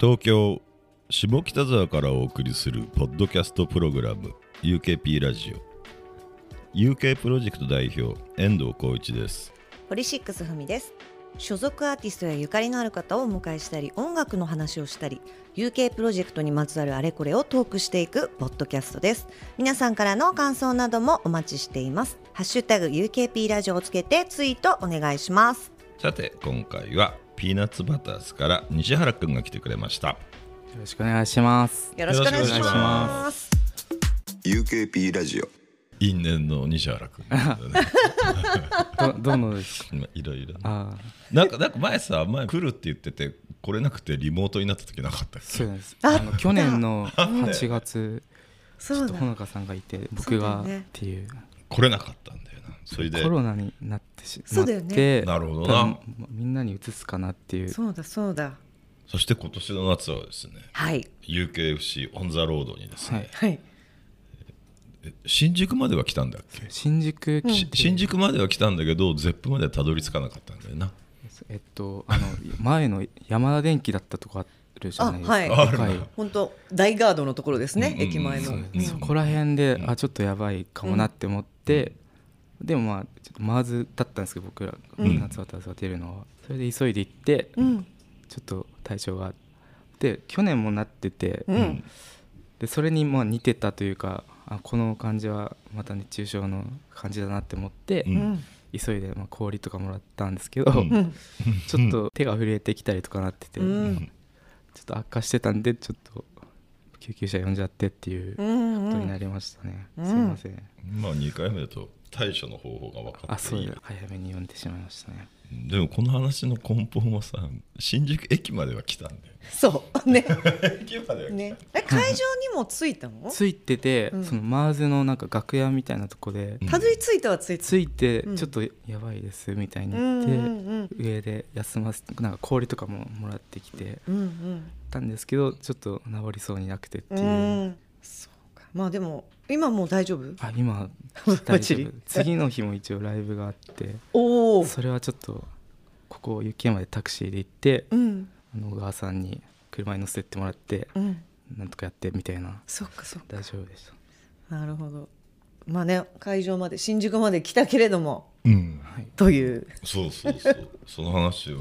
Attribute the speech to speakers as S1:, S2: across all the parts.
S1: 東京下北沢からお送りするポッドキャストプログラム UKP ラジオ UK プロジェクト代表遠藤浩一です
S2: ホリシックスふみです所属アーティストやゆかりのある方をお迎えしたり音楽の話をしたり UK プロジェクトにまつわるあれこれをトークしていくポッドキャストです皆さんからの感想などもお待ちしていますハッシュタグ UKP ラジオをつけてツイートお願いします
S1: さて今回はピーナッツバターズから西原くんが来てくれました
S3: よろしくお願いします。
S2: よろしくお願いし
S1: よろしくお願いし
S2: ま
S1: ます
S4: UKP ラジオ
S1: 因縁の西原 くん
S3: ど どのですか。
S1: まあいろいろね
S3: ああ、
S1: なんかなんか前さ前来るって言ってて来れなくてリモートになった時なかったっ
S3: そ
S1: け
S3: うです。あの去年の8月、ち
S2: そ
S3: ょっ
S2: う
S3: と
S2: だ
S3: ほのかさんがいて、僕
S2: そ
S3: が
S2: う
S3: っ
S2: だよね
S3: ていう。
S1: 来れなかったんだよなそれで
S3: コロナになってし
S2: そうだよね
S3: なって
S1: なるほどな
S3: 多分まみんなに移すかなっていう
S2: そうだそうだ
S1: そして今年の夏はですね
S2: はい
S1: UKFC オン・ザ・ロードにですね、
S3: はい
S2: はい
S1: 新宿までは来たんだっけ、
S3: 新宿
S1: し新宿までは来たんだけど絶プまではたどり着かなかったんだよな
S3: えっとあの前の山田電機だったとこあるじゃないですか、
S2: あはい
S1: ある
S3: でかい
S1: な
S2: 本当大ガードのところですね、
S1: うん
S2: 駅前の、
S1: うん
S3: そこら辺で、あちょっとやばいかもなって思って、でもまあちょっとマーズだったんですけど僕ら
S1: うん
S3: 夏渡さ出るのは、それで急いで行って、
S2: うん
S3: ちょっと対象があって去年もなってて、
S2: うん
S3: でそれにまあ似てたというかあこの感じはまた熱中症の感じだなって思って、
S1: う
S2: うんん
S3: 急いでまあ氷とかもらったんですけど、
S1: うん
S2: うん
S3: ちょっと手が震えてきたりとかなってて、
S2: う
S3: ちょ
S2: ん
S3: っと悪化してたんでちょっと救急車呼んじゃってっていう
S2: う
S3: こ
S2: ん
S3: と
S2: う
S3: に
S2: ん
S3: なりましたね、
S2: うん
S3: すいません
S1: まあ2回目だと対処の方法が分か
S3: あ
S1: って
S3: そう
S1: いい
S3: だ
S1: よ
S3: 早めに呼んでしまいましたね
S1: でもこの話の根本はさ新宿駅までは来たんだよ
S2: そうね
S1: 駅までは来た、
S2: ね、え会場にも着いたの
S3: ついてて、
S2: うん
S3: そのマーズのなんか楽屋みたいなとこで、
S1: うん
S2: たどり着いたは着いた
S3: ついて
S2: うん
S3: ちょっとやばいですみたいに
S2: うん
S3: 言
S2: う
S3: って、
S2: ん
S3: 上で休ませてなんか氷とかももらってきて
S2: うんうん
S3: たんですけどちょっと治りそうになくてって
S2: う
S3: いう、
S2: んうんそうかまあでも今もう大丈夫
S3: あ 今
S2: バッ
S3: 大丈
S2: チリ
S3: 夫次の日も一応ライブがあって
S2: おお
S3: それはちょっとここ雪山でタクシーで行って
S2: うん
S3: あの小川さんに車に乗せてもらって
S2: うん
S3: なんとかやってみたいな
S2: そっかそっか
S3: 大丈夫でした
S2: なるほどまあね会場まで新宿まで来たけれども
S1: うん、
S2: という
S1: そうそうそう その話を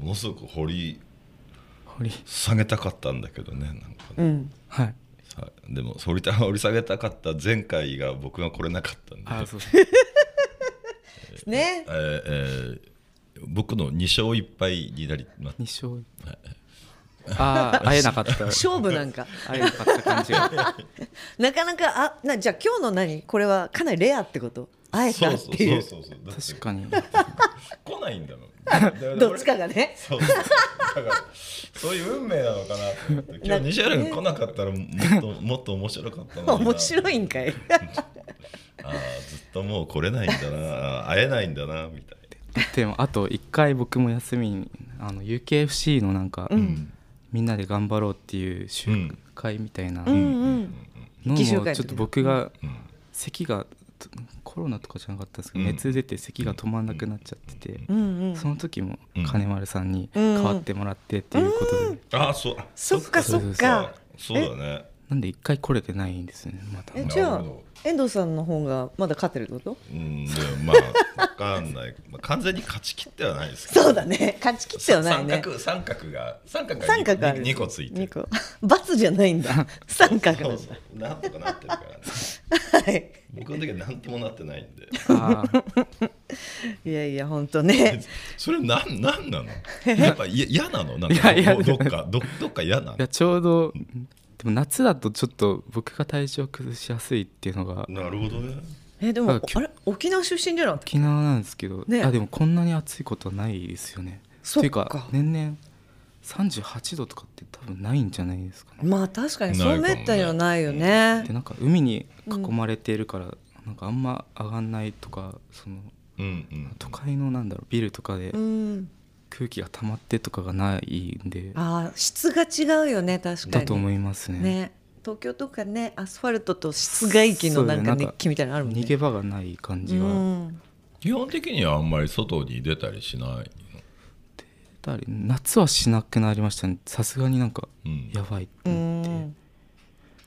S1: ものすごく掘り
S3: 堀
S1: 下げたかったんだけどねなんかね、
S2: うん
S3: はい
S1: さでも掘りた掘り下げたかった前回が僕が来れなかったんで
S3: あ そうです
S2: ね
S1: えーえー僕の2勝1敗になりま
S3: 二勝ああ会えなか った
S2: 勝負なんか
S3: 会えなかった感じが
S2: なかなかあなじゃあ今日の何これはかなりレアってことあえたっていう
S1: そうそうそうそう
S3: 確かに
S1: に来ないんだ もんだら俺
S2: どっちかがね
S1: そうそうだからそういう運命なのかな と思って今日西原君来なかったらもっともっと面白かったのにな
S2: 面白いんかい
S1: ああずっともう来れないんだなあ ー会えないんだなみたい
S3: でもあと一回僕も休みにあの UKFC のなんか、
S2: う
S1: な、
S2: ん
S3: みんなで頑張ろうっていう集会みたいな
S2: う
S3: の
S2: ん
S3: も
S2: うん
S3: ち
S2: 集
S3: ょ
S2: 会の
S3: っ
S2: 時
S3: と僕が
S1: うん
S3: 咳がとコロナとかじゃなかったんですけど
S1: うん
S3: 熱出て咳が止まんなくなっちゃってて
S2: うんうん
S3: その時も
S1: うん
S3: 金丸さんに
S2: うん
S3: 代わってもらってっていうことで
S1: ああそうあ
S2: そっかそっか
S1: そうだね
S3: なんで一回来れてないんですよねまた
S2: え
S1: な
S2: じゃ
S1: る
S2: あ
S1: ほ
S2: 遠藤さんの方がまだ勝ってるってこと
S1: うんでもまあわかんない、まあ、完全に勝ち切ってはないですけど
S2: そうだね勝ち切ってはないね
S1: 三角三角が三角が
S2: 三角ある
S1: 2個ついて
S2: 二
S1: る
S2: 個 バツじゃないんだ三角
S1: そ
S2: な
S1: うんそ
S2: だ
S1: うなんとかなってるからね
S2: はい
S1: 僕の時は何ともなってないんで
S3: あー
S2: いやいや本当ね
S1: それなんなんなのやっぱいや嫌なのなんか
S3: いやいや
S1: どどっかどどっか嫌ない
S3: や
S1: の
S3: ちょうどでも夏だとちょっと僕が体調崩しやすいっていうのが
S1: なるほどね
S2: えでも
S3: あ
S2: あれ沖縄出身じゃなかった
S3: 沖縄なんですけど、
S2: ね
S3: あでもこんなに暑いことはないですよね。
S2: そっか
S3: というか年々38度とかって多分ないんじゃないですかね。
S2: まあ確かに
S1: ない
S2: そう
S1: かも
S2: め
S1: ね
S2: ったにはないよね
S3: でなんか海に囲まれているから、なんかあんま上がんないとかその
S1: うんうん
S3: 都会のなんだろうビルとかで
S2: うん
S3: 空気が溜まってとかがないんで、
S2: あー質が違うよね確か
S3: だと
S2: に
S3: 思いますね。
S2: ね東京とかねアスファルトと室外機の
S3: そう
S2: なんか
S3: なんか
S2: 熱気みたいなのあるもんね
S3: 逃げ場がない感じ
S2: う
S3: が
S2: ん
S1: 基本的にはあんまり外に出たりしない
S3: たり夏はしなくなりましたねさすがになんか
S1: うん
S3: やばいって
S2: う
S3: 言って
S2: ん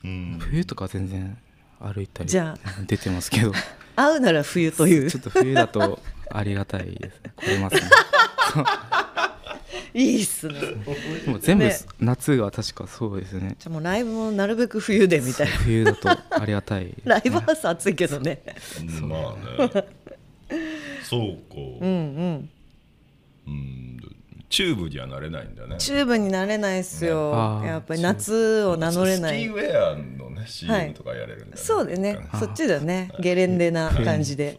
S1: うん
S3: 冬とか全然歩いたり
S2: じゃ
S3: 出てま すけど
S2: 会うなら冬という
S3: ちょっと冬だとありがたいですね来れますね
S2: いいっすね
S3: でも全部
S2: ね
S3: 夏が確かそうですね
S2: じゃあもうライブもなるべく冬でみたいな
S3: 冬だとありがたい ですね、
S2: ライブハウス暑いけどね
S1: まあねそうか
S2: うんうん
S1: うんチューブにはなれないんだね
S2: チューブになれないっすよ、
S3: あー
S2: やっぱり夏を名乗れな
S1: スキー
S2: い
S1: ウェアのね
S2: はい
S1: CM とかやれるんだ、ね
S2: そうだよね
S1: なんか
S2: そっちだよねゲレンデな感じで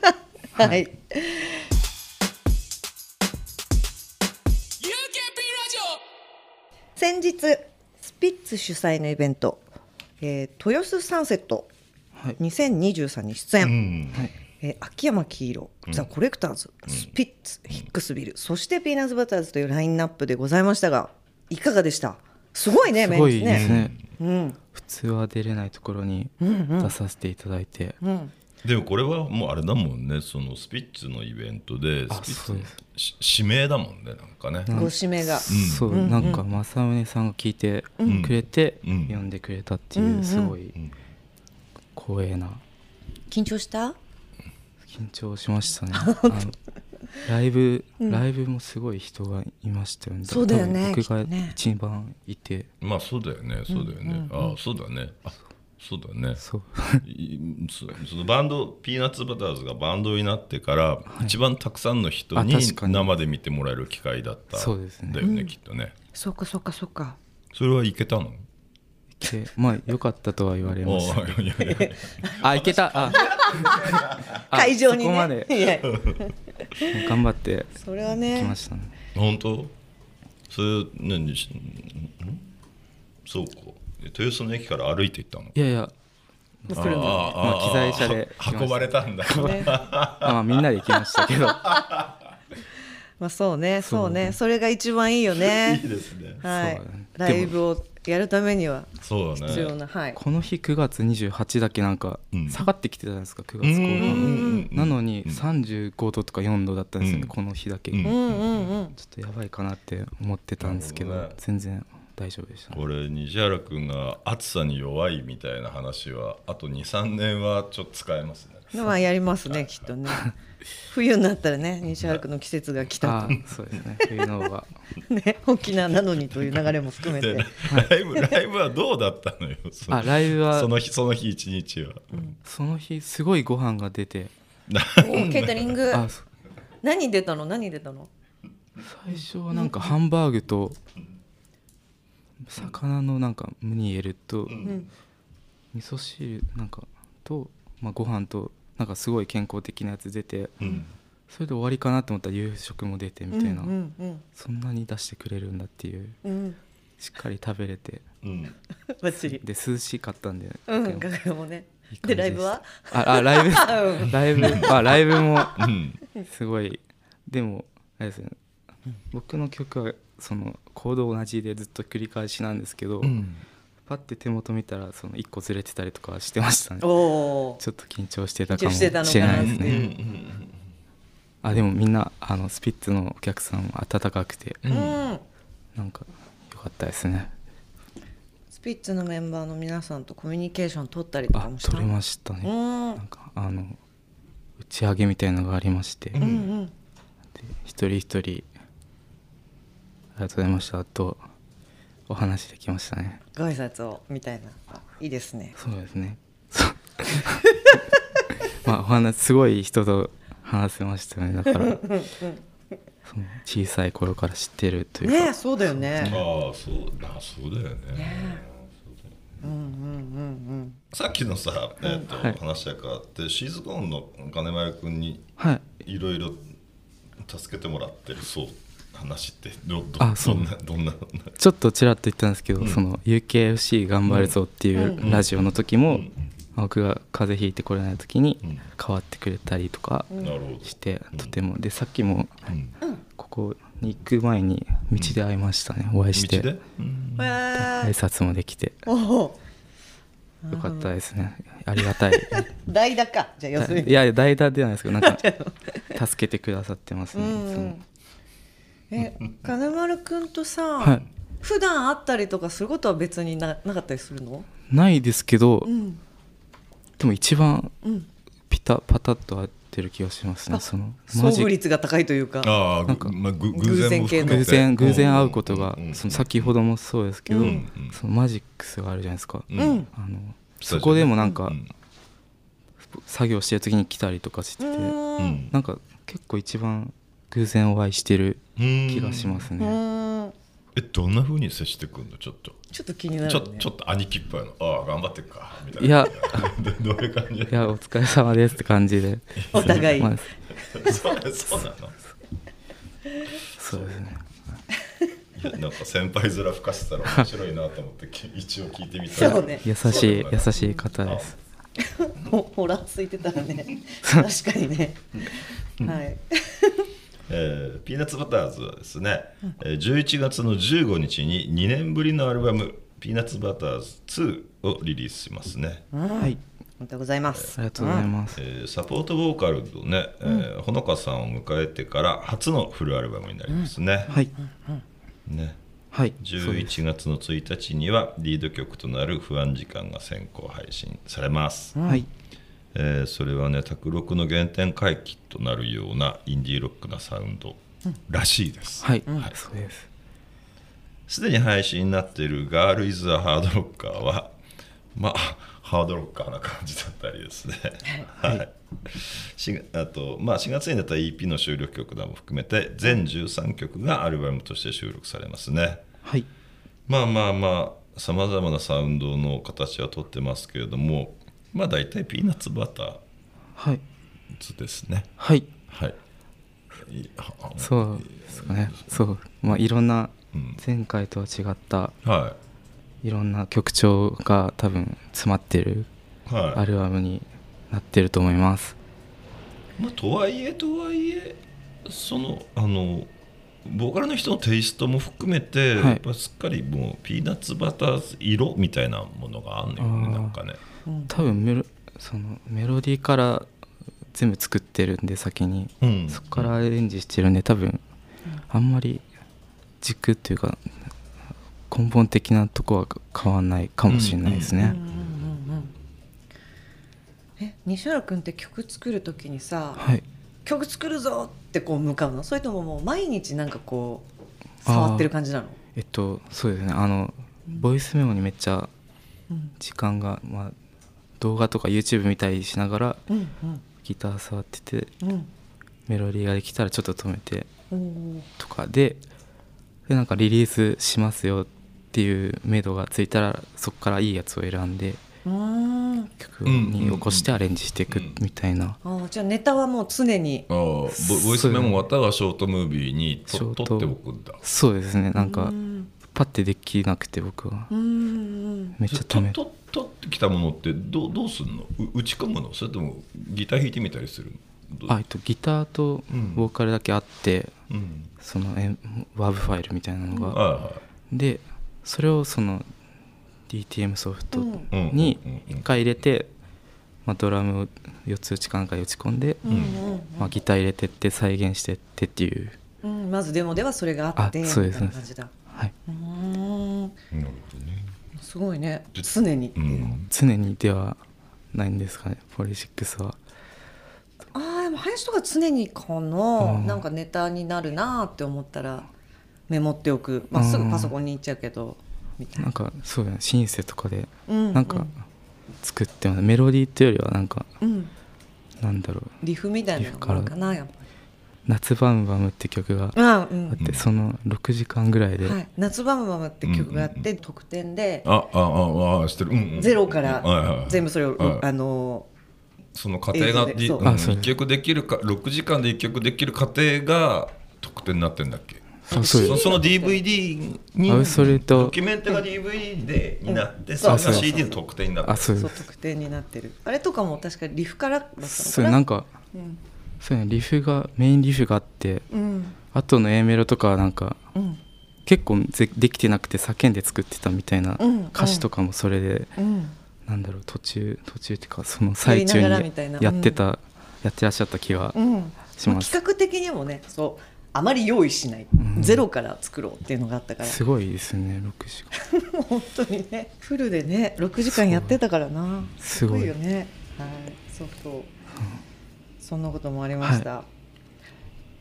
S2: はい先日スピッツ主催のイベント「えー豊洲サンセット
S3: はい
S2: 2023」に出演、
S1: うん
S3: はい
S2: えー秋山黄色、ザ・コレクターズ、スピッツ、ヒックスビル、そしてピーナッツバターズというラインナップでございましたが、いかがでしたすごいね、
S3: すご
S2: メ
S3: い
S2: ン
S3: で
S2: ツ
S3: す
S2: ね。
S3: ね、
S2: うん
S3: 普通は出れないところに
S2: うん
S3: 出させていただいて、
S2: うん、
S1: でもこれはもうあれだもんねそのスピッツのイベントで
S3: あ
S1: スピッツ
S3: そう
S1: の
S3: です
S1: し指名だもんねなんかね、
S2: ご指名が、
S3: そう、
S2: うん
S3: なんか正宗さんが聞いて
S1: ん
S3: くれて、
S1: うん
S3: 呼んでくれたって
S2: うんう
S3: い
S2: ん
S3: うすごい
S1: ん
S3: 光栄な
S2: 緊張した
S3: 緊張し ましたねあのライブ、ライブもすごい人がいましたよね
S2: そうだよね
S3: 多分僕
S2: きっとね
S3: が一番いて、
S1: まあそうだよねそうだよね、ああそうだねあそうだね
S3: そう
S1: いそうそのバンドピーナッツバターズがバンドになってから、一番たくさんの人に
S3: あ確かに
S1: 生で見てもらえる機会だった
S3: そうですね
S1: だよねきっとね
S2: そうか、そうか、そうか。
S1: それはいけたの
S3: でまあ良かったとは言われ
S1: あ
S3: ました
S1: あいやいやいや
S3: あいけたああ
S2: 会場に
S3: そこま
S2: ね
S3: で。
S2: いや
S3: 頑張って
S2: それは
S3: き
S2: ね
S3: ま、したね
S1: 本当それ何しんそうかで豊洲の駅から歩いて行ったの
S3: いやいや
S1: ああああ
S3: まあ機材車で
S1: ああ運ばれたんだ
S2: ね
S3: まあみんなで行きました けど
S2: まあ、そうね、
S3: そう
S2: そうね、それが一番いいよね
S1: いい。ですね
S2: は
S3: そ
S2: いう
S3: だね、
S2: ライブをやるためには
S1: そうだね
S2: 必要な、はい。
S3: この日9月28だけなんか
S1: うん
S3: 下がってきてたじゃないですか9月後
S1: うんうん
S3: 半
S1: うん
S3: なのに35度とか4度だったんですよね、
S1: うん
S3: この日だけ、
S1: うん
S3: ち
S2: う
S3: ょ
S2: ん、うん、うん。
S3: っとやばいかなって思ってたんですけど、
S1: なるほどね
S3: 全然大丈夫でした
S1: これ西原君が暑さに弱いみたいな話はあと23年はちょっと使えますね
S2: のはやりますね、きっとね。冬になったらね、西原君の季節が来た
S3: あ
S2: と。
S3: そうですね冬の方が
S2: ね、沖縄なのにという流れも含め
S1: で
S2: て。
S1: ライブライブはどうだったのよその
S3: あライブは
S1: その日その日一日は、
S3: その日すごいご飯が出て
S2: おケータリング。
S3: あそ
S2: 何出たの、何出たの。
S3: 最初はなんかハンバーグと魚のなんかムニエルと
S2: うん、
S3: 味噌汁なんかと、まあ、ご飯となんかすごい健康的なやつ出て
S1: うん
S3: それで終わりかなと思ったら夕食も出てみ
S2: うん、う
S3: たいな、
S2: ん、うん。
S3: そんなに出してくれるんだっていう
S2: うん、
S3: しっかり食べれて
S1: うん、
S2: ばっちり。
S3: で涼しかったんで、
S2: うん、
S3: いい
S2: 楽屋もね。
S3: 感
S2: で、
S3: じ
S2: ライ
S3: し
S2: ブ
S3: た
S2: は。
S3: ああライブ
S2: うん
S3: ラ イブあライブも
S1: うん、
S3: すごいでもあれですね僕の曲はそのコード同じでずっと繰り返しなんですけど、パッて手元見たらその1個ずれてたりとかはしてました
S2: お
S3: ねちょ
S2: お。
S3: っと緊張してたかも
S2: 緊張
S3: し
S2: して
S3: れ
S2: たのかな
S3: ないです
S1: うん
S3: ねあでもみんなあのスピッツのお客さんは温かくて
S1: う
S2: うんん。
S3: なんか良かったですね
S2: スピッツのメンバーの皆さんとコミュニケーション取ったりとか
S3: あ
S2: もした。
S3: 取れましたね、
S2: うん。う
S3: なん
S2: ん、
S3: かあの打ち上げみたいのがありまして、
S1: ん
S2: うん。
S3: 一人一人ありがとうございましたとお話できましたね
S2: ご挨拶をみたいな。いいですね。
S3: そうですね そうまあお話すごい人と話せましたねだからその小さい頃から知ってるというか、
S2: ね、そうだよね。
S1: ああそうあそうだよねさっきのさ、えーと
S3: はい
S1: 話が変わってシーズコーンの金丸君に
S3: はい
S1: いろいろ助けてもらってるそう話ってどど
S3: あそう
S1: どんなどんな
S3: ちょっとちらっと言ったんですけど、
S1: うん
S3: その UKFC 頑張るぞっていうラジオの時も、
S1: ん
S3: 僕が風邪ひいてこれない時に
S1: うん
S3: 変わってくれたりとか
S1: なるほど、
S3: して、
S1: うん
S3: とてもでさっきも
S1: うん、
S3: ここに行く前に道で会いましたね、お会いして
S1: 道で、うん
S2: へー
S3: 挨拶もできて
S2: おお。
S3: よかったですねありがたい
S2: 代打か。じゃあ、要する
S3: い
S2: に。
S3: やいや代打ではないですけどなんか助けてくださってますね、いつも
S2: え金丸くんとさ、
S3: はい
S2: 普段会ったりとかすることは別にななかったりするの
S3: ないですけど、
S2: うん
S3: でも一番
S2: うん
S3: ピタパタッと合ってる気がしますね
S2: あ
S3: その
S2: 遭遇率が高いというか
S1: あ
S3: な
S1: あ
S3: んか
S1: ぐまあぐ
S2: 偶
S1: 偶
S2: 然
S1: 然も含めて
S3: 偶然偶然会うことが、
S1: うんうんうん
S3: その先ほどもそうですけど、
S2: うん
S3: そのマジックスがあるじゃないですか、
S1: う
S2: うん
S1: ん
S3: あの
S1: そうですね
S3: そこでもなんか、
S1: うん
S3: 作業してる時に来たりとかして
S2: う
S3: て、
S2: ん
S1: うん
S3: なんか結構一番偶然お会いしてる
S1: うん
S3: 気がします
S2: う
S3: ね、
S2: ーん
S1: えどんな風に接してくんのちょっと
S2: ちょっと気にな
S1: ちょ
S2: るね
S1: ちょっと兄貴っぽいのああ頑張ってっかみたいない
S3: や
S1: どういう感じ
S3: いやお疲れ様ですって感じで
S2: お互い
S3: まあ
S1: そうそうなの
S3: そうですね
S1: いやなんか先輩面吹かせたら面白いなと思ってき一応聞いてみた
S2: そうね
S3: 優しい優しい方です
S2: ほほらついてたら ね確かにねはい
S1: えーピーナッツバターズはですね、えー11月の15日に2年ぶりのアルバム「ピーナッツバターズ2」をリリースしますね、
S3: はい
S2: 本当ございます
S3: ありがとうござい
S2: す
S3: ます、
S1: えーサポートボーカルのね、えーほのかさんを迎えてから初のフルアルバムになりますね,、
S3: はい
S1: ね
S3: はいそうです
S1: 11月の1日にはリード曲となる「不安時間」が先行配信されます、
S3: はい
S1: えーそれはね卓録の原点回帰となるようなインディーロックなサウンドらしいです、
S3: はい、そうです
S1: すでに配信になっている「ガール・イズ・ア・ハードロッカーは」まあハードロッカーな感じだったりですね。はい、しあと、まあ、4月に出た EP の収録曲なども含めて全13曲がアルバムとして収録されますね。
S3: はい
S1: まあまあまあさまざまなサウンドの形はとってますけれどもまあ大体ピーナッツバター
S3: はい
S1: ズですね。
S3: はい
S1: はい。いは
S3: そうですかねそうまあいろんな
S1: うん
S3: 前回とは違った
S1: はい
S3: ろんな曲調が多分詰まってる
S1: い。はい。
S3: アルバムになってると思います、
S1: まあ、とはいえとはいえそのあのボーカルの人のテイストも含めて、
S3: はい
S1: やっぱすっかりもうピーナッツバターズ色みたいなものがあんのよ
S3: あ
S1: ね
S3: ー
S1: なんかね
S2: うん
S3: 多分メロそのメロディーから全部作ってるんで先に、
S1: うん
S3: そこからアレンジしてるんで多分あんまり軸っていうか根本的なとこは変わんないかもしれないです
S2: うんう
S3: ね
S2: ん、うんうんえ西原君って曲作るときにさ
S3: はい
S2: 曲作るぞってこう向かうのそれとももう毎日なんかこう触ってる感じなの
S3: えっとそうですねあのボイスメモにめっちゃ
S2: うん
S3: 時間が、まあ、動画とか YouTube 見たりしながら
S2: うん
S3: ギター触ってて
S2: うん
S3: メロディーができたらちょっと止めて
S2: うんおー
S3: とかででなんかリリースしますよっていう目処がついたらそこからいいやつを選んで
S2: うーん
S3: 曲に起こしてアレンジしていくみたいな
S2: あーじゃあネタはもう常に
S1: あーボボイスメモまたがショートムービーに
S3: ショ
S1: と
S3: ート
S1: 撮っておくんだ
S3: そうですねなん
S2: う
S3: か
S2: ん
S3: パッてできなくて僕は
S2: うんうん
S3: めっちゃため
S1: とと撮ってきたものってどうどうすんのう打ち込むのそれともギター弾いてみたりするのど
S3: あえっとギターと
S1: うん
S3: ボーカルだけあって
S1: うん
S3: そのえ WAV ファイルみたいなのが
S1: は
S3: でそれをその DTM ソフト
S2: うん
S1: いはいうん
S3: に
S1: うん
S3: 一回入れて、まあ、ドラムを4つ打ちかなんかに打ち込んで、
S2: うんうん
S3: まあ、ギター入れてって再現してってっていう、
S2: うんうんまずデモではそれがあって
S3: あそうです
S2: みたいな感じだ
S3: はい、
S2: うーん
S1: うんなるほどね
S2: すごいね常に
S1: うん
S3: 常にではないんですかねポリシックスは
S2: あーでも林とか常にこ
S3: う
S2: の
S3: ん
S2: なんかネタになるなーって思ったらメモっておく、まあ、
S3: うん
S2: すぐパソコンに行っちゃうけどみたい
S3: なん
S2: な。
S3: かそうだねシンセとかで
S2: うん
S3: なんか作ってます、メロディーっていうよりはなんか
S2: うんうん
S3: なんだろう
S2: リフみたいなのがあるかなやっぱり。
S3: 「夏バムバム」って曲があ
S2: あうん
S3: って、その6時間ぐらいで、
S2: はい、夏バムバムって曲があって、特典で
S1: ああああしてる、うんうん、
S2: ゼロか
S1: はいはいは
S2: ら
S1: い
S2: 全部それを、
S1: はい
S2: あの
S1: その過程が
S2: 映像でそう
S1: うん
S3: あそう
S1: 一曲できるか6時間で一曲できる過程が特典になってんだっけ
S3: そうそう
S1: そその DVD に
S3: あそれと
S1: ドキュメントが DVD でになって、
S2: うん
S1: それ
S3: そ
S1: が
S3: う
S1: CD の特典になって
S3: あ
S1: る
S3: そう
S2: そう
S3: です
S2: 特典になってるあれとかも確かリフからだったのかな
S3: そうなんか
S2: うん
S3: そうねリフがメインリフがあって
S2: うん
S3: 後の A メロとかはなんか
S2: うん
S3: 結構ぜできてなくて叫んで作ってたみたいな
S2: うん
S3: 歌詞とかもそれで、
S2: うん
S3: なんだろう途中途中っていうかその最中
S2: やりながらみたいな
S3: にやってた、やってらっしゃった気が
S2: うん
S3: します、
S2: 企画的にもねそうあまり用意しない、
S3: ん
S2: ゼロから作ろうっていうのがあったから
S3: すごいですね6時 間
S2: 本当にねフルでね6時間やってたからなす
S3: す
S2: ご
S3: ごい
S2: いよねはいそうそうそんなこともありました、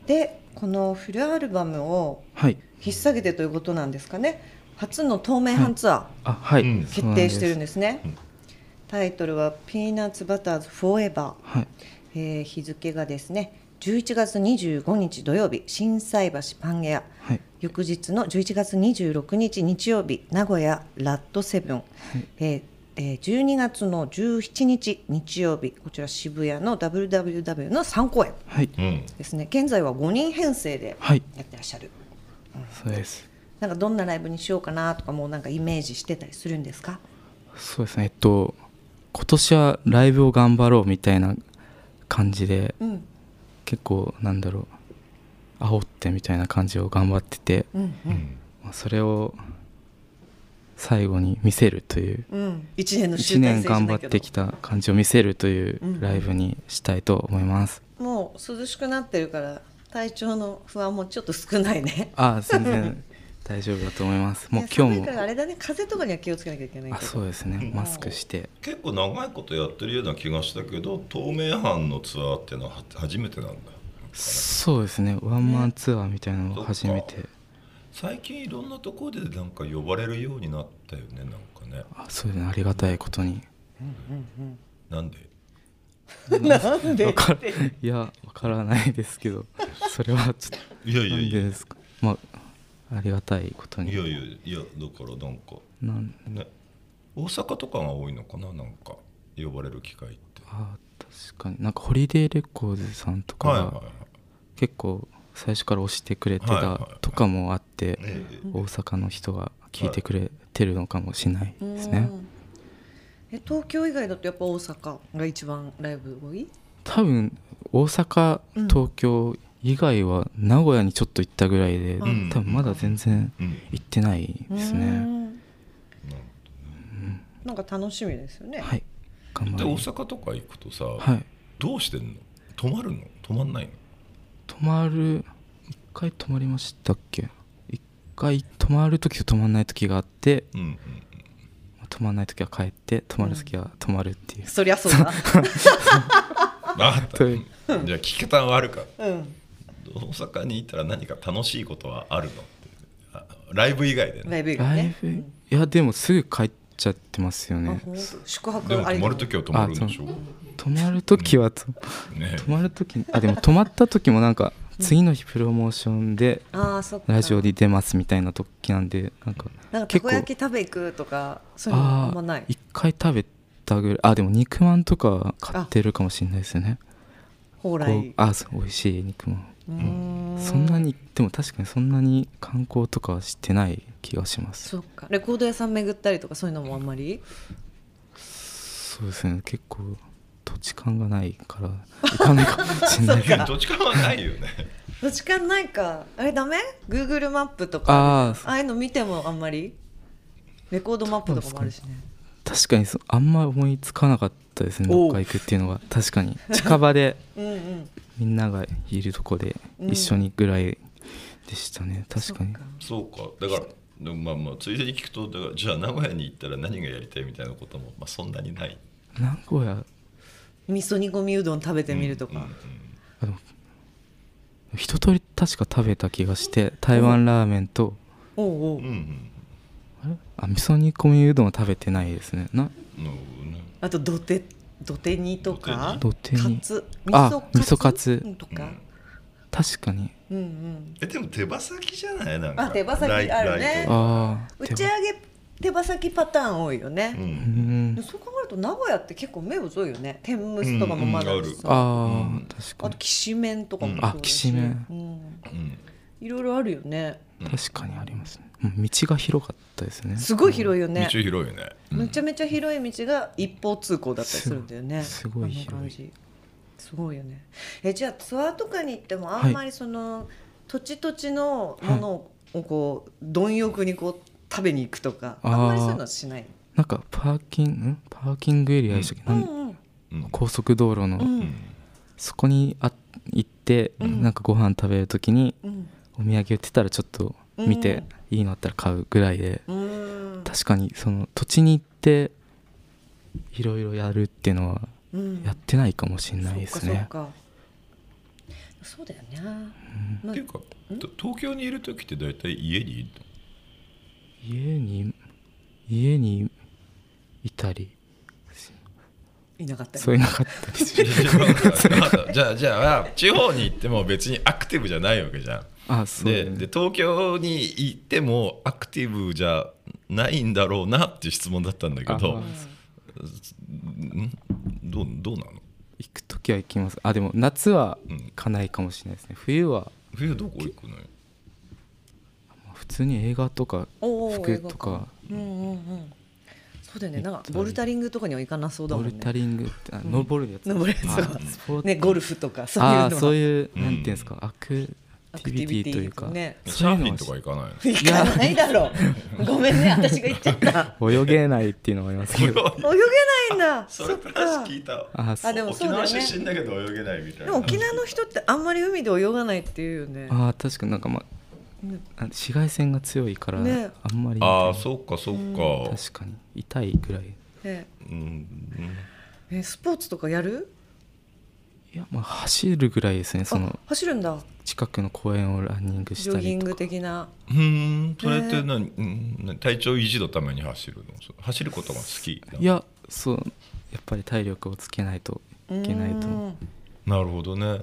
S2: でこのフルアルバムを
S3: はい
S2: 引っ提げてということなんですかね初の透明版ツア
S3: あはい、
S1: うん
S2: ー決定してるん
S3: で
S2: ですね
S1: うん
S2: タイトルは「ピーナッツバターズフォーエバー」
S3: すはい
S2: えー日付がですね11月25日土曜日心斎橋パンゲア
S3: はい
S2: 翌日の11月26日日曜日名古屋ラッドセブン、えーえー12月の17日日曜日こちら渋谷の WWW の3公演
S3: はい
S1: うん
S2: ですね現在は5人編成で
S3: はい
S2: やってらっしゃる
S3: そうです
S2: なんかどんなライブにしようかなとかもうなんかイメージしてたりするんですか
S3: そうですねえっと今年はライブを頑張ろうみたいな感じで
S2: うん
S3: 結構なんだろう煽ってみたいな感じを頑張ってて、
S2: うん
S3: まあそれを最後に見せるという
S2: うん、うん、1年の集
S3: 1
S2: 大成
S3: 年
S2: じゃ
S3: 頑
S2: な
S3: 張
S2: い
S3: っ
S2: けど
S3: てきた感じを見せるというライブにしたいと思います、
S2: もう涼しくなってるから体調の不安もちょっと少ないね
S3: ああ全然大丈夫だと思いますもう今
S2: いや寒い
S3: 日
S2: からあ
S3: も
S2: れだね風邪とかには気をつけなきゃいけない
S3: あ
S2: けど
S3: そうですねマスクして
S1: 結構長いことやってるような気がしたけど透明版のツアーっていうのはは初めてなんだ
S3: そうですねワンマンツアーみたいなのを初めて
S1: そっ最近いろんなところでなんか呼ばれるようになったよねなんかね
S3: あそうですねありがたいことに
S1: なんで
S2: なんで
S3: わかるいやわからないですけどそれはちょっと
S1: いやいや
S3: なん
S1: い
S3: で
S1: や
S3: ですかまあありがたいことに
S1: いやいやいやだからなんか
S3: なん
S1: ね大阪とかが多いのかななんか呼ばれる機会って
S3: あ確かになんかホリデーレコーズさんとか
S1: はいはい
S3: が
S1: はい
S3: 結構最初から推してくれて
S1: はいはい
S3: た
S1: はい
S3: とかもあって
S1: ええ
S3: 大阪の人が聞いてくれてるのかもしれないです
S2: う
S3: ね
S2: んえ東京以外だとやっぱ大阪が一番ライブ多い
S3: 多分大阪
S2: うん
S3: 東京以外は名古屋にちょっと行ったぐらいで
S1: うん
S3: 多分まだ全然
S1: うん
S3: 行ってないです
S2: う
S3: ね
S2: んなんか楽しみですよね、
S3: はい頑
S1: で
S3: 張
S1: 大
S3: り
S1: 阪とか行くとさ、
S3: はい
S1: どうしてんの泊まるの泊まんないの
S3: 泊まる一回泊まりましたっけ一回泊まる時と泊まらない時があって
S1: うん うん
S3: 泊まらない時は帰って泊まる時は泊まるっていう、
S2: そりゃそう だ
S1: あった
S3: と
S1: じゃあ聞けたんはあるか
S2: うん
S1: 大阪にいたら何か楽しいことはあるのってあライブ以外で
S2: ラ
S1: ね
S2: イブ以外
S3: ライ
S2: ね
S3: ブ、いやでもすぐ帰っちゃってますよ
S2: うんあ
S3: ね
S2: 本当宿泊
S1: でも
S2: あ
S1: 泊
S2: り
S1: まる時は泊まるんでしょ
S3: 泊まる時はと
S1: ね
S3: 泊まる時あでも泊まった時もなんか次の日プロモーションで
S2: ああそっか
S3: ラジオに出ますみたいな時なんでなんか
S2: なんかた
S3: 結
S2: こ
S3: 構
S2: 焼き食べ行くとかそういうのあ
S3: あ
S2: んまない
S3: ー一回食べたぐらいあでも肉まんとか買ってるかもしれないですよね
S2: 蓬
S3: こう
S2: 莱
S3: あそう美味しい肉まん
S2: うー
S3: そんなにでも確かにそんなに観光とかはしてない気がします
S2: そっかレコード屋さん巡ったりとかそういうのもあんまり
S3: そうですね結構土地勘がないから行かないかもしれない
S1: い やどっちかはないよね
S2: どっちかないかあれダメ Google マップとか
S3: あ
S2: あ
S3: あ
S2: あいうの見てもあんまりレコードマップとかもあるしね
S3: 確かにそあんま思いつかなかったですね
S2: おう
S3: どっか行くっていうのが確かに近場で
S2: うんうん
S3: みんながいるとこで
S2: うん
S3: 一緒にぐらいでしたね、確かに
S2: そっ
S1: そうかだからでもまあまあついでに聞くとだからじゃあ名古屋に行ったら何がやりたいみたいなことも、まあ、そんなにない
S3: 名古屋
S2: 味噌煮込みうどん食べてみるとか、
S3: あの一通り確か食べた気がして台湾ラーメンと
S2: おうおう、
S1: うんうん
S3: あれあ味噌煮込みうどんは食べてないですねな
S1: うんなるほどね
S2: あと土手土手煮とか
S3: 土手に
S2: カツ
S3: あ
S2: 味噌カ
S3: 味噌カ
S2: ツ
S3: ツ
S2: とか、
S3: 確かに
S2: うん、うん
S1: えでも手羽先じゃないなんか
S2: あ手羽先あるね
S1: ライト
S3: ああ
S2: 打ち上げ手羽先パターン多いよね、
S1: う
S3: うんん
S2: でそう考えると名古屋って結構目細いよね天むすとかもまだ
S1: うんうん
S2: だしさ
S3: ああ、
S1: うん
S3: 確か
S2: あと
S3: に
S2: きしめんとか
S1: う
S2: も
S1: ん
S2: そうだし
S3: あきしめん
S2: うん、
S1: うん
S2: いろいろあるよね
S3: 確かにありますねうん道が広かったですね
S2: すごい広いよね、
S1: 道広いよねうん
S2: めちゃめちゃ広い道が一方通行だったりするんだよね。
S3: すごい
S2: あの
S3: 広
S2: 感
S3: い
S2: じすごいよね。えじゃあツアーとかに行ってもあんまりその、土地土地のものをこう貪欲にこう食べに行くとか
S3: あー
S2: あんまりそういうのはしない。
S3: なんかパーキングんパーキングエリアでしたっけ、
S2: う
S3: なん
S2: んうん
S1: うん
S3: 高速道路の、
S2: う
S1: うんん
S3: そこにあ行って、
S2: うん
S3: なんかご飯食べるときに
S2: うん
S3: お土産売ってたらちょっと見て、いいのあったら買うぐらいで
S2: うーん
S3: 確かにその土地に行っていろいろやるっていうのは
S2: うん
S3: やってないかもしれないです
S2: そっ
S3: ね。
S2: かそっかそうだよね、まあ
S1: っていうかと東京にいる時って大体家にいる
S3: 家に家にいたり
S2: いなかったよ
S3: そういうのがあったりする
S1: のじゃあじゃあ地方に行っても別にアクティブじゃないわけじゃん
S3: あそうだ
S1: で
S3: よね
S1: で東京に行ってもアクティブじゃないんだろうなっていう質問だったんだけ
S3: あ
S1: ど
S3: まあ
S1: んどうどうなの
S3: 行く時は行きますあでも夏は
S1: うん
S3: 行かないかもしれないですね冬は
S1: 冬どこ行くのよ
S3: まあ普通に映画とか
S2: おー
S3: 服とか
S2: うんうんうんそうだよねなんか
S3: 行ったり
S2: ボルタリングとかには行かなそうだも
S3: ボ
S2: んね
S3: ルタリングってあ登るやつ
S2: 登るやつは
S3: あスポーツ
S2: ねゴルフとかそういうの
S3: あ
S2: は
S3: あそういう
S1: うん
S3: なんていうんですかアク
S2: ア
S3: テ
S2: クテ
S3: ィ
S2: ィビ
S3: ビ
S2: テ
S3: テ
S2: ィ
S3: ィというか
S2: ね
S1: サ
S3: そうい
S1: ー
S3: う
S1: フィ
S3: のは
S1: ンとか行かないの
S2: 行かないだろうごめんね私が言っちゃった
S3: 泳げないっていうのはありますけ
S2: 泳
S3: ど
S2: げないんだ
S1: そ
S2: そ
S1: れ
S2: っ
S1: プラ
S2: か
S1: ス聞いたわ
S3: あそう
S2: あでもそうだよね
S1: 沖縄出身だけど泳げないみたい
S2: で
S1: な
S2: も沖縄の人ってあんまり海で泳がないっていうよね
S3: ああ確かになんかま
S2: ね
S3: あ紫外線が強いから
S2: ね
S3: あんまり
S1: ああそうかそうか
S3: 確かに痛いぐらい
S2: ね
S1: うん
S2: えスポーツとかやる
S3: いやまあ走るぐらいですねそ
S2: あ
S3: の
S2: 走るんだ
S3: 近くの公園をランニングし
S2: ジョ
S3: た
S2: ギン
S3: りと
S2: グ
S3: か
S2: 的な
S1: うんそれって何、うん体調維持のために走るのそう走ることが好きなの
S3: いやそうやっぱり体力をつけないといけないと思う
S2: うん
S1: なるほどね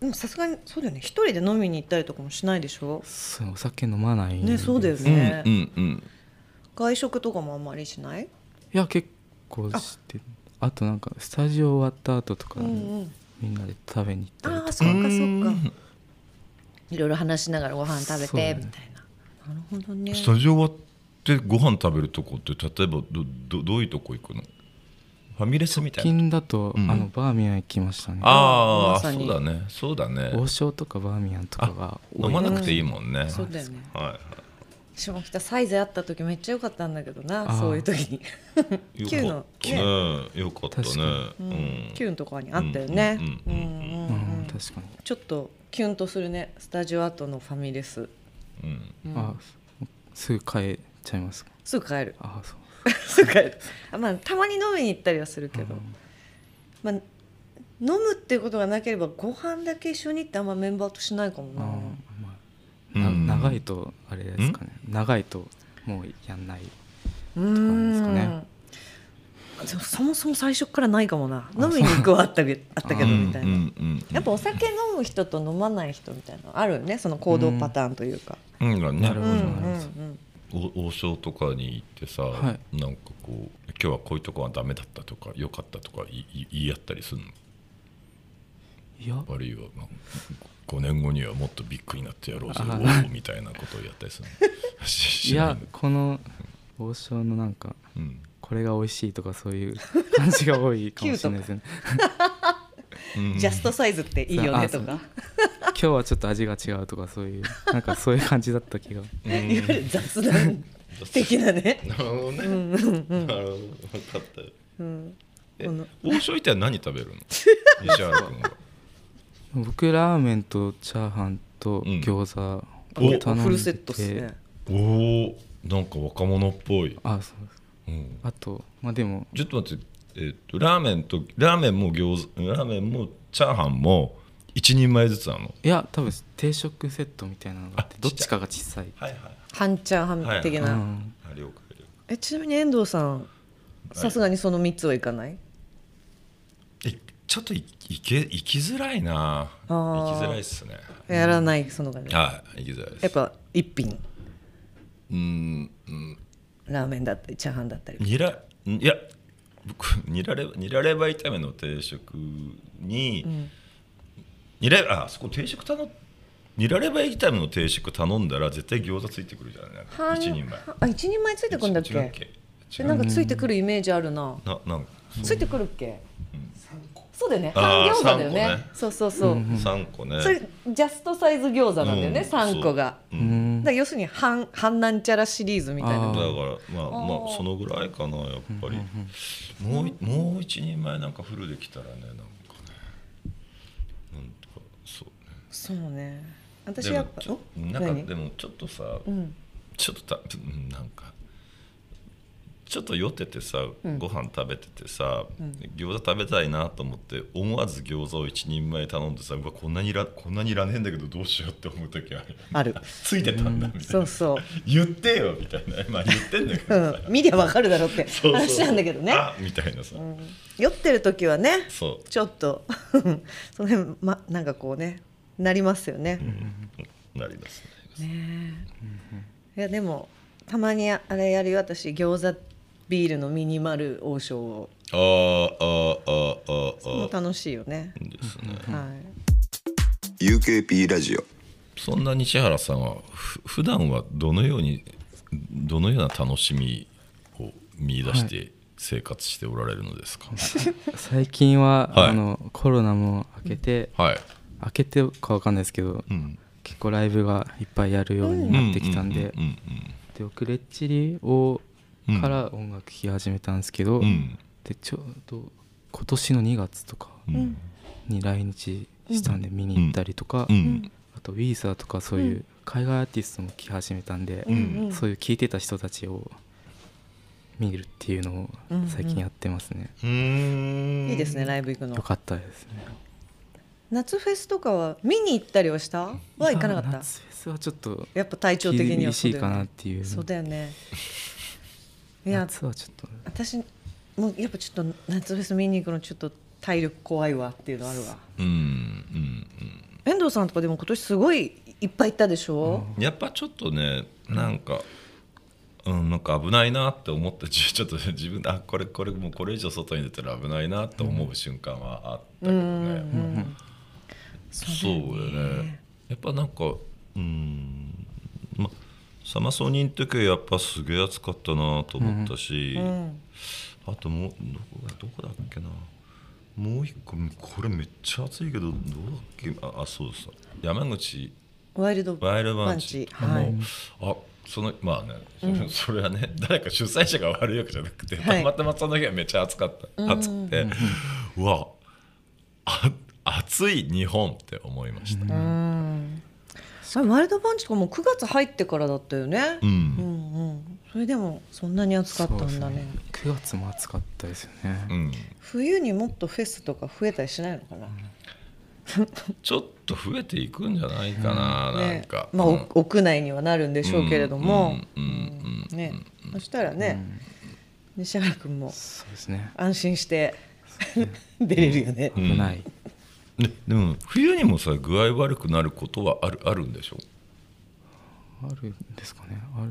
S2: でもさすがにそうだよね一人で飲みに行ったりとかもしないでしょ
S3: そうお酒飲まないん
S2: ねそうだよね
S1: うんうんうん
S2: 外食とかもあんまりしない
S3: いや結構してるあとなんかスタジオ終わった後とか
S2: うんう
S3: に
S2: ん
S3: みんなで食べに行ったり
S2: あ
S3: と
S2: あ
S3: か、
S2: そっかそっか
S1: ん
S2: いろいろ話しながらご飯食べ
S3: そう
S2: て
S3: ね
S2: みたいな、なるほどね
S1: スタジオ終わってご飯食べるとこって例えばどどどういうとこ行くのファミレスみた
S3: 最
S1: いな
S3: 近だと、
S1: うん
S3: あのバーミヤン行きましたね
S1: あ
S2: ま
S1: あ
S2: さ
S1: そ
S2: に
S1: うだねそうだね
S3: 王将とかバーミヤンとかが多い
S1: 飲まなくていいもんね、
S2: そうだよね
S1: は
S2: 私も来たサイズあった時めっちゃ良かったんだけどな
S3: あー
S2: そういう時に
S1: い
S2: 旧
S1: よ
S2: の
S1: かったねよかったね
S3: 確か
S1: う
S2: うん
S1: ん
S2: キュンとかにあったよね
S1: うんうん
S2: うんう
S3: う
S2: ん
S3: ん
S2: うん
S3: 確かに、
S2: ちょっとキュンとするねスタジオ後のファミレス、
S1: うん
S2: うん
S3: あすぐ帰っちゃいます
S2: すぐ帰る
S3: ああそう
S2: すぐ帰るあまあたまに飲みに行ったりはするけど、
S3: うん
S2: まあ飲むっていうことがなければご飯だけ一緒にってあんまメンバーとしないかも
S3: あ
S2: な、
S3: ーまあ
S1: う
S3: なん長いとあれですかね長いともうやんない
S2: うん
S3: とかなん
S2: でもそもそも最初からないかもな飲みに行くはあったけどあったけどみたいな、
S1: うんうんうん
S2: やっぱお酒飲む人と飲まない人みたいなのあるよねその行動パターンというか、
S1: うんだね
S3: なる
S2: う
S3: ほ
S2: ん、う
S3: ど
S2: んう
S3: なるほど
S2: ん
S1: お王将とかに行ってさ、
S3: は
S1: なんかこう今日はこういうとこはダメだったとか良かったとかいい言い合ったりするの
S3: いや
S1: あるいはまあ5年後にはもっとびっくりになってやろうぜ
S3: あー
S1: おーみたいなことをやったりするのし
S3: い
S1: しな
S3: や
S1: いの
S3: この王将のなんか
S1: うん
S3: これが美味しいとかそういう感じが多いかもしれないですね
S1: うん
S2: ジャストサイズっていいよね
S3: そ
S2: と
S3: うあ
S2: か
S3: 今日はちょっと味が違うとかそういうなんかそういう感じだった気が
S1: うん
S2: いわゆる雑談的なね、
S1: なるほどね、
S2: うんうんうん
S1: なるほど分かったよ
S2: うん、
S1: え
S2: この
S1: 王将行ったら何食べるの 西原君は
S3: 僕ラーメンとチャーハンと
S1: うん
S3: 餃子を頼んでて、
S2: おフルセットっすね
S1: おおなんか若者っぽい、
S3: あそうです
S1: うん、
S3: あとまあでも
S1: ちょっと待って、えっとラーメンとラーメンも餃子ラーメンもチャーハンも一人前ずつなの
S3: いや多分定食セットみたいなのがあって
S1: あ
S3: どっちかが小さい
S1: はいはい
S2: 半チャーハン的
S3: う
S2: な、
S3: ん
S1: あ了解了
S2: えちなみに遠藤さん
S1: い
S2: さすがにその3つはいかない、
S1: 解えちょっといいけ行きづらいな
S2: あー
S1: 行きづらいっすね
S2: やらないその感じや
S1: はい行きづらいです
S2: っぱ一品
S1: うんうん
S2: ラーメンだったりチャーハンだったり
S1: ニラいや僕ニラレバニラレバ炒めの定食に、
S2: ん
S1: ニラあそこ定食頼んニラレバ炒めの定食頼んだら絶対餃子ついてくるじゃないなんか一人前
S2: はあ一人前ついてくんだっけ
S1: 違うっけ違
S2: え
S1: う
S2: なんかついてくるイメージあるな
S1: ななんか
S2: ついてくるっけ、そうだよね
S1: あー
S2: 半餃子だよね
S1: 三個ね
S2: そうそうそう、
S1: 三個ね
S2: それジャストサイズ餃子なんだよね、
S1: うん
S2: 三3個が
S1: そう
S3: う
S1: うん
S2: だ
S3: ん
S2: から要するに半半なんちゃらシリーズみたい
S1: だ
S2: な
S1: か
S3: あ
S1: ら
S3: ー
S1: まあまあそのぐらいかなやっぱりもういもう一人前なんかフルできたらねなんかねなんとかそうね
S2: そうね私やっぱ
S1: でも
S2: お
S1: ちょなんか
S2: 何
S1: でもちょっとさ、
S2: うん
S1: ちょっとたうんなんかちょっと酔っててさ、
S2: うん
S1: ご飯食べててさ、
S2: うん
S1: 餃子食べたいなと思って思わず餃子を一人前頼んでさうわこんなにいらこんなにいらねえんだけどどうしようって思う時 ある
S2: ある
S1: ついてたんだみたいな、
S2: そうそう
S1: 言ってよみたいなまあ言ってん だけ
S2: う
S1: ど
S2: ん
S1: さ、
S2: 見りゃわかるだろうっ て
S1: そうそう
S2: 話なんだけどね
S1: あみたいなさ、
S2: うん酔ってる時はね
S1: そう
S2: ちょっと その辺まなんかこうねなりますよね。
S1: なりますね
S2: ねえいやでもたまにあれやるよ私餃子ビールのミニマル王将を
S1: あーあーあー
S2: それも
S1: あーあ
S2: 楽しいよね。
S1: ーですね、
S2: は
S4: UKP ラジオ
S1: そんな西原さんはふ普段はどのようにどのような楽しみを見出して生活しておられるの ですか。
S3: 最近は、
S1: はい
S3: あのコロナも明けて、
S1: はい。
S3: 明けてかわかんないですけど
S1: うん。
S3: 結構ライブがいっぱいやるようになってきたんで、
S1: うん
S3: で僕レッチリを
S1: うん
S3: から音楽聴き始めたんですけ
S1: う
S3: ど、
S1: んうん。うん
S3: でちょうど今年の2月とか
S1: うんうん
S3: に来日したんで見に行ったりとか、
S1: うん
S3: あとウィーザーとかそういう海外アーティストも来始めたんで、
S2: い。うんうん
S3: そういう聴いてた人たちを見るっていうのを最近やってますね、
S1: うん
S2: いいですね。ライブ行くの
S3: よかったですね
S2: 夏フェスとかは見に行ったりはしたは行かなかった
S3: 夏フェスはちょっと
S2: やっぱ体調的には
S3: 厳
S2: そ
S3: し
S2: う
S3: い
S2: だ
S3: か
S2: よ
S3: なっ
S2: ね
S3: ていう
S2: そうだよねいや
S3: 夏はちょっと
S2: 私もうやっぱちょっと夏フェス見に行くのちょっと体力怖いわっていうのあるわ
S1: うんうん
S2: 遠藤さんとかでも今年すごいいっぱい行ったでしょ、
S1: うん。やっぱちょっとねなんか。うん、なんか危ないなって思ってちょちょっと自分であこれこれもうこれ以上外に出たら危ないなって思う瞬間はあったけどね、そう
S2: だよ
S1: だよねやっぱなんかうんまサマソニーの時はやっぱすげえ暑かったなと思ったし、
S2: うん
S1: あともうどこだどこだっけなもう一個これめっちゃ暑いけどどうだっけああそうそう山口
S2: ワイルド
S1: ワイルドバンチ
S2: バンチはい
S1: もうあそのまあねそれ,、それはね 誰か主催者が悪いわけじゃなくて、
S2: はい
S1: たまたまその日はめっちゃ暑かった、暑くてうわあ暑い日本って思いました、
S2: うんあれワイルドパンチとかもう9月入ってからだったよね、
S1: う
S2: うんんうんそれでもそんなに暑かったんだね
S3: 9月も暑かったですよね、
S1: うん、
S2: 冬にもっとフェスとか増えたりしないのかな、
S1: ちょっと増えていくんじゃないかな、なんか、
S2: まあ、
S1: う
S2: お
S1: ん
S2: 屋内にはなるんでしょうけれども、
S1: うんうんうん
S2: ね、そしたらね、西原君も
S3: そうですね
S2: 安心して 出れるよね、
S1: ん
S3: 危ない、
S1: ねでも冬にもさ具合悪くなることはあるあるんで しょ
S3: あるんですかねあ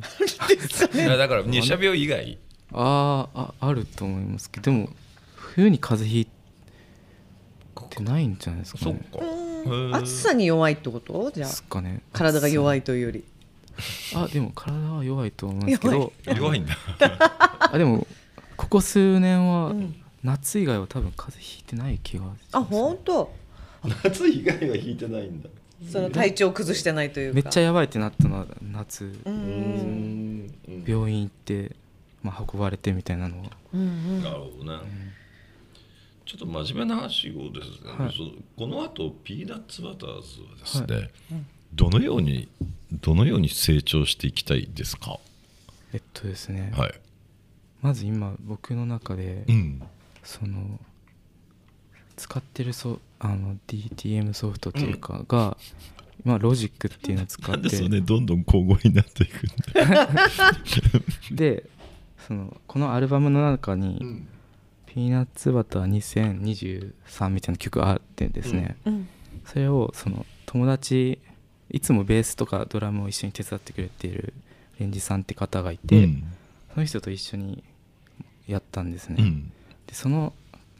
S3: る
S1: いやだから熱射病以外
S3: あーああると思いますけどでも冬に風邪ひいてないんじゃないですか
S1: そっ
S3: ね
S1: か
S2: うん
S1: へー
S2: 暑さに弱いってことじゃあ
S3: ですかね
S2: 体が弱
S3: い
S2: いというより
S3: あでも体は弱いと思うんですけ
S2: 弱
S3: ど
S1: 弱 いんだ
S3: あでもここ数年は
S2: ん
S3: 夏以外は多分風邪ひいてない気がします
S2: あ本当
S1: 夏以外は引いてないんだ
S2: その体調崩してないというか
S3: めっちゃやばいってなったのは夏
S2: うんうん
S3: 病院行って、まあ、運ばれてみたいなのは
S2: うん
S1: なるほどねちょっと真面目な話をですね、
S3: はい
S1: そのこの後ピーナッツバターズはですね、どのようにどのように成長していきたいですか、
S3: えっとですね、
S1: はい
S3: まず今僕の中で、
S1: うん
S3: その使ってるソあの DTM ソフトというかが、まあロジックっていうのを使
S1: な
S3: っ
S1: んで
S3: て
S1: それねどんどん交互になっていくんだ
S3: でそのこのアルバムの中に「
S1: ん
S3: ピーナッツバター2023」みたいな曲があってですね、
S2: うん
S3: それをその友達いつもベースとかドラムを一緒に手伝ってくれているレンジさんって方がいて、
S1: うん
S3: その人と一緒にやったんですね、
S1: うん
S3: でその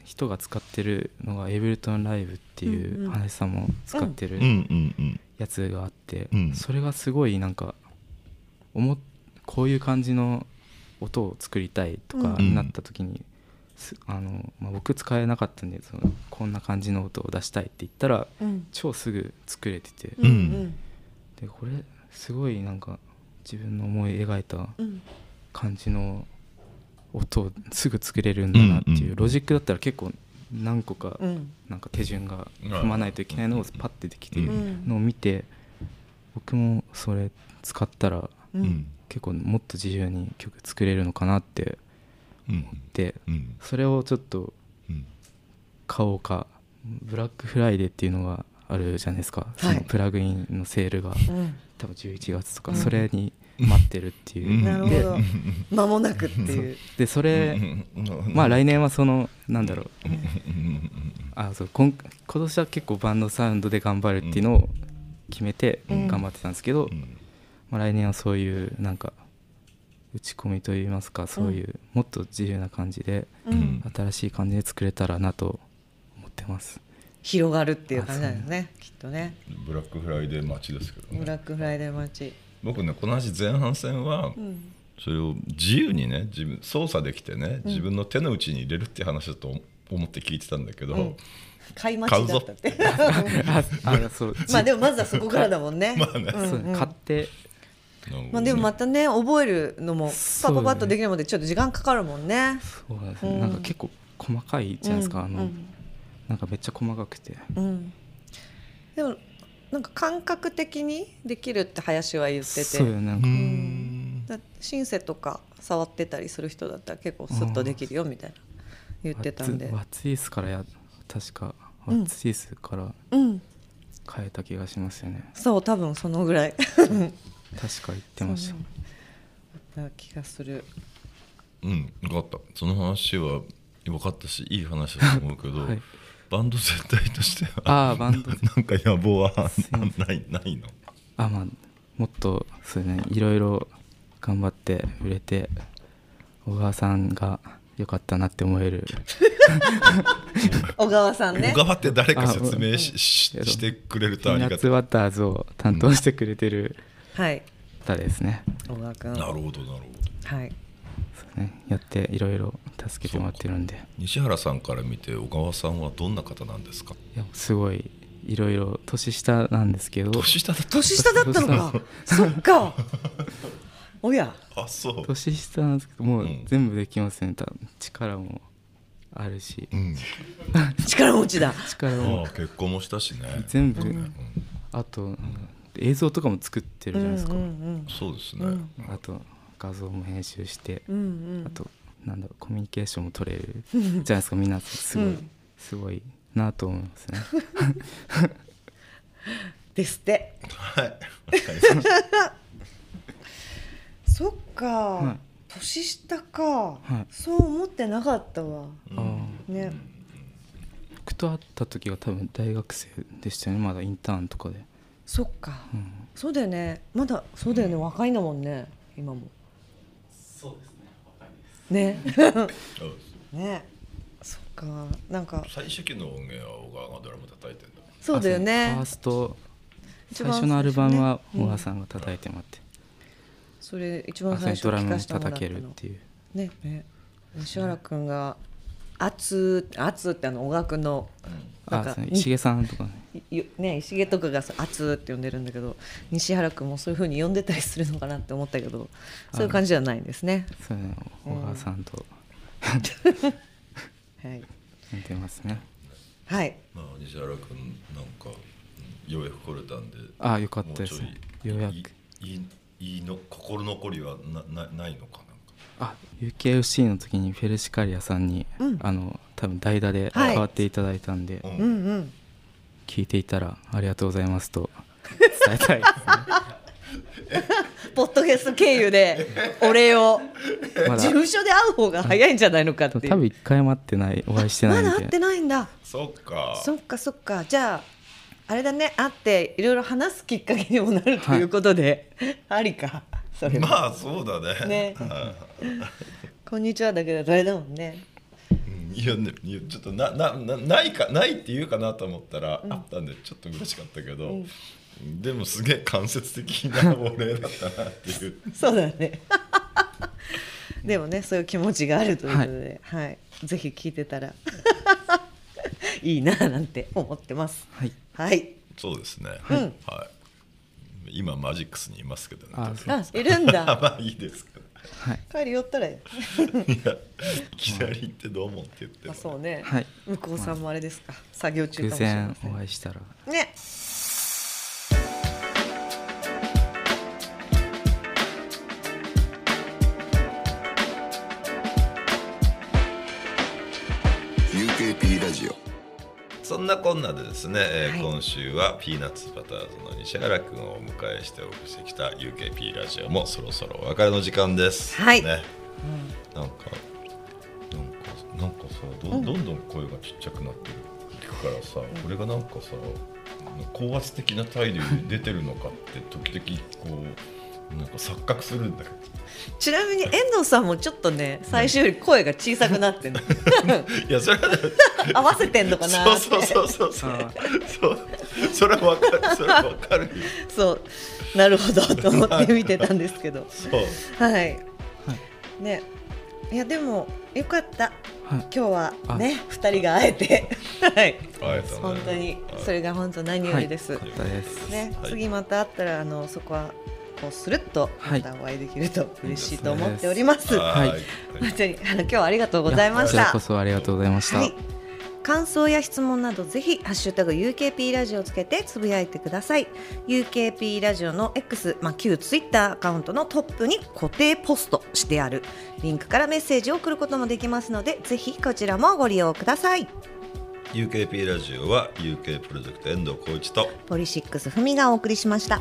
S3: 人が使ってるのがエイブルトンライブって
S2: うん
S3: いう
S2: うん
S3: 花井さんも使って
S1: う
S3: る
S1: んうんうん
S3: やつがあって、
S1: うん
S3: それがすごいなんか思っこういう感じの音を作りたいとか
S1: うん
S3: なった時に、すあのまあ、僕使えなかったんでそのこんな感じの音を出したいって言ったら
S2: うん
S3: 超すぐ作れてて、
S2: うんうん
S3: でこれすごいなんか自分の思い描いた
S2: うん
S3: 感じの音をすぐ作れるんだなっていう、
S1: うんうん
S3: ロジックだったら結構何個か
S2: うん
S3: なんか手順が踏まないといけないのをパッてできてるのを見て僕もそれ使ったら
S2: うん
S3: 結構もっと自由に曲作れるのかなってで
S1: うん
S3: それをちょっと
S1: うん
S3: 買おうかブラックフライデーっていうのがあるじゃないですか、そのプラグインのセールが
S2: うん
S3: 多分11月と
S2: う
S3: か
S2: ん
S3: それに待ってるっていう、
S1: うん
S2: なるほど間もなくっていう
S3: でそれ、
S1: うん
S3: まあ来年はそのなんだろう
S1: うん
S3: あそう今今年は結構バンドサウンドで頑張るっていうのを決めて
S2: うん
S3: 頑張ってたんですけど、
S1: うん
S3: まあ、来年はそういうなんか打ち込みといいますかそういうもっと自由な感じで
S2: うん
S1: うん
S3: 新しい感じで作れたらなと思ってます。
S2: 広がるっていう感じなんですねきっとね
S1: ブラックフライデー待ちですけど
S2: ブラッ
S1: ね
S2: クフライデー待ち、
S1: 僕ねこの話前半戦は
S2: うん
S1: それを自由にね自分操作できてね自分の手の内に入れるっていう話だと思って聞いてたんだけど、
S2: うん買い待ちだったって
S3: ああそう
S2: まあでもまずはそこからだもんね
S1: まあね
S2: うんうん
S3: そう買って
S1: なんか
S2: まあでもまたね覚えるのもパパパッとできるまでちょっと時間かかるもんね
S3: そうなんですね、
S2: うん
S3: なんか結構細かいじゃないですか、
S2: うん
S3: あの、なんかめっちゃ細かくて
S2: うんうんでもなんか感覚的にできるって林は言ってて
S3: そうよなん
S1: う
S3: か、
S1: ん
S2: だシンセとか触ってたりする人だったら結構スッとできるよみたいな言ってたんで
S3: ワッツワッツイースからや確か
S2: う
S3: ワ
S2: ん
S3: ッツイースから
S2: うん
S3: 変えた気がしますよね、
S2: そう多分そのぐらい
S3: 確か言ってました、
S2: な気がする
S1: うん分かったその話は分かったしいい話だと思うけど、
S3: はい
S1: バンド全体としては
S3: ああバンド
S1: なんか野望は
S3: すいません
S1: ないないの
S3: あまあもっとそうねいろいろ頑張って売れて小川さんが良かったなって思える
S2: 小川さんね
S1: 小川って誰か説明し,
S3: あ
S1: し、
S3: うん
S1: してくれる
S3: ピ
S1: とあ
S3: ー
S1: り
S3: ナ
S1: が
S3: ッ
S1: た
S3: ツ
S1: い
S3: バターズを担当してくれてる
S2: はい
S3: 方ですね,、
S2: 小川君
S1: なるほどなるほど
S2: はい
S3: そうねやっていろいろ助けてもらってるんで
S1: 西原さんから見て小川さんはどんな方なんですか
S3: いやすごいいろいろ年下なんですけど
S1: 年下だった
S2: 年下だったのかそっかお や
S1: あそう
S3: 年下なんですけどもう
S1: うん
S3: 全部できますね多分力もあるし
S1: うん、
S2: 力持ちだ
S3: 力
S1: ま
S3: も
S1: あ結婚もしたしね
S3: 全部、
S1: うん
S3: あとなんか映像とかも作ってるじゃないですか、
S2: うん
S1: そうですね、
S2: うん
S3: あと画像も編集して、
S2: うんうん
S3: あとなんだろうコミュニケーションも取れるじゃないですかみんなすごい、
S2: うん
S3: すごいなと思いますね
S2: ですって
S1: はいわかりました
S2: そっか、
S3: い
S2: 年下か、
S3: はい
S2: そう思ってなかったわ
S3: あ
S1: うん
S3: ー
S2: ね、
S3: 僕と会った時が多分大学生でしたよねまだインターンとかで、
S2: そっか
S3: うん
S2: そうだよねまだそうだよね若いんだもんね今もそうですね若いです
S1: うん
S2: ねね そっかなんか
S1: 最初期の音源は小川がドラム叩いてんだ
S2: そうだよ
S3: あそう
S2: ね
S3: ファースト
S2: 一
S3: 最
S2: 番
S3: 初のアルバムは
S2: ねうん
S3: 小川さんが叩いてもらって、
S2: それ一
S3: あ
S2: 番
S3: それ
S2: 最
S3: に
S2: 初
S3: ドラ
S2: 聞
S3: ム
S2: か
S3: も
S2: せてもらった
S3: 叩けるっ
S2: の
S3: ていう
S2: ねね西原くんが「熱」「熱」ってあの小川くんのなん
S3: あ
S2: か
S3: そう石毛さんとかね
S2: いね石毛とかがそう「熱」って呼んでるんだけど西原君もそういうふうに呼んでたりするのかなって思ったけどそういう感じじゃないんですね。
S3: そうね
S2: うん
S3: 小川さんと
S2: はい、
S3: 似てますね、
S2: はい、
S1: まあ西原君なんかうんようやく来れたんで
S3: あよかったです
S1: もうちょい
S3: ようやく
S1: いいいいの心残りはななないのかな
S3: あ UKFC の時にフェルシカリアさんに、
S2: うん
S3: あの多分代打で
S2: はい
S3: 変わっていただいたんで、
S1: んか、
S2: うんうん
S3: 聞いていたら「ありがとうございます」 と伝えたいで
S2: ポッドキャスト経由でお礼を
S3: すねま
S2: 事
S3: だ
S2: 務所で会う方が早いんじゃないのかって
S3: 多
S2: いう
S3: 分一回も会ってないお会いしてな
S2: ま
S3: い
S2: だ
S3: ん
S2: 会って
S3: で
S2: ないんだ
S1: そっか
S2: そっかそっかじゃああれだね会っていろいろ話すきっかけにもなるということで、ありかそれは、
S1: まあそうだね
S2: ね
S1: はい
S2: こんにちは」だけどあれだもんね。
S1: うんいやねいやちょっとなななないかないって言うかなと思ったら、あったんでちょっと嬉しかったけど、でもすげえ間接的なお礼だったなっていう
S2: そうだね。でもね、そういう気持ちがあるということで、はい、ぜひ聞いてたら いいななんて思ってます。
S3: はい
S2: はい。
S1: そうですね、
S2: うん
S1: はい今マジックスにいますけどね
S3: あ
S1: ちょっ
S2: あ、いるん
S1: と
S2: だ。
S1: まあいいですけど
S3: はい、
S2: 帰り寄ったらいい。
S1: いやいきなり行ってどうもって言っても
S2: あ、そうね。
S3: はい
S2: 向こうさんもあれですか。作業中かも
S3: 偶
S2: しれま
S3: 然
S2: せ
S3: お
S2: ん。
S3: 会いしたら
S2: ね。
S4: UKP ラジオ
S1: そんなこんなでですね、えー
S2: はい
S1: 今週はピーナッツバターズの西原くんをお迎えしてお送りしてきた UKP ラジオもそろそろお別れの時間です。
S2: はい
S1: ね、なんかなんかなんかさどんどんどん声がちっちゃくなってる。聞くからさ、これがなんかさ高圧的な態度に出てるのかって時々こうなんか錯覚するんだけど。
S2: ちなみに遠藤さんもちょっとね最初より声が小さく なってんの
S1: いやそれはね
S2: 合わせてんのかなって
S1: そうそうそうそう
S3: あ
S1: そうそれはわかるそれはわかるよ。
S2: そうなるほどと思って見てたんですけど
S1: そう。
S2: はい、ねいやでもよかった
S3: はい
S2: 今日は
S3: あ
S2: ね二人が会えて はい
S1: 会えたね
S2: 本当に
S1: はい
S2: それが本当何よりです、
S3: よかったです。
S2: ね、
S1: はい
S2: 次また会ったらあのそこはこうスルッと
S3: は
S2: ま
S3: い
S2: たお会いできると嬉しいと思っております、
S1: はいい。
S2: 本当にあの今日はありがとうございまし
S3: こちら
S2: た
S3: こそありがとうございました。
S2: はい、感想や質問などぜひ「ハッシュタグ #UKP ラジオ」をつけてつぶやいてください UKP ラジオの X、まあ、旧ツイッターアカウントのトップに固定ポストしてあるリンクからメッセージを送ることもできますのでぜひこちらもご利用ください
S1: UKP ラジオは UK プロジェクト遠藤浩一と
S2: ポリシックスふみがお送りしました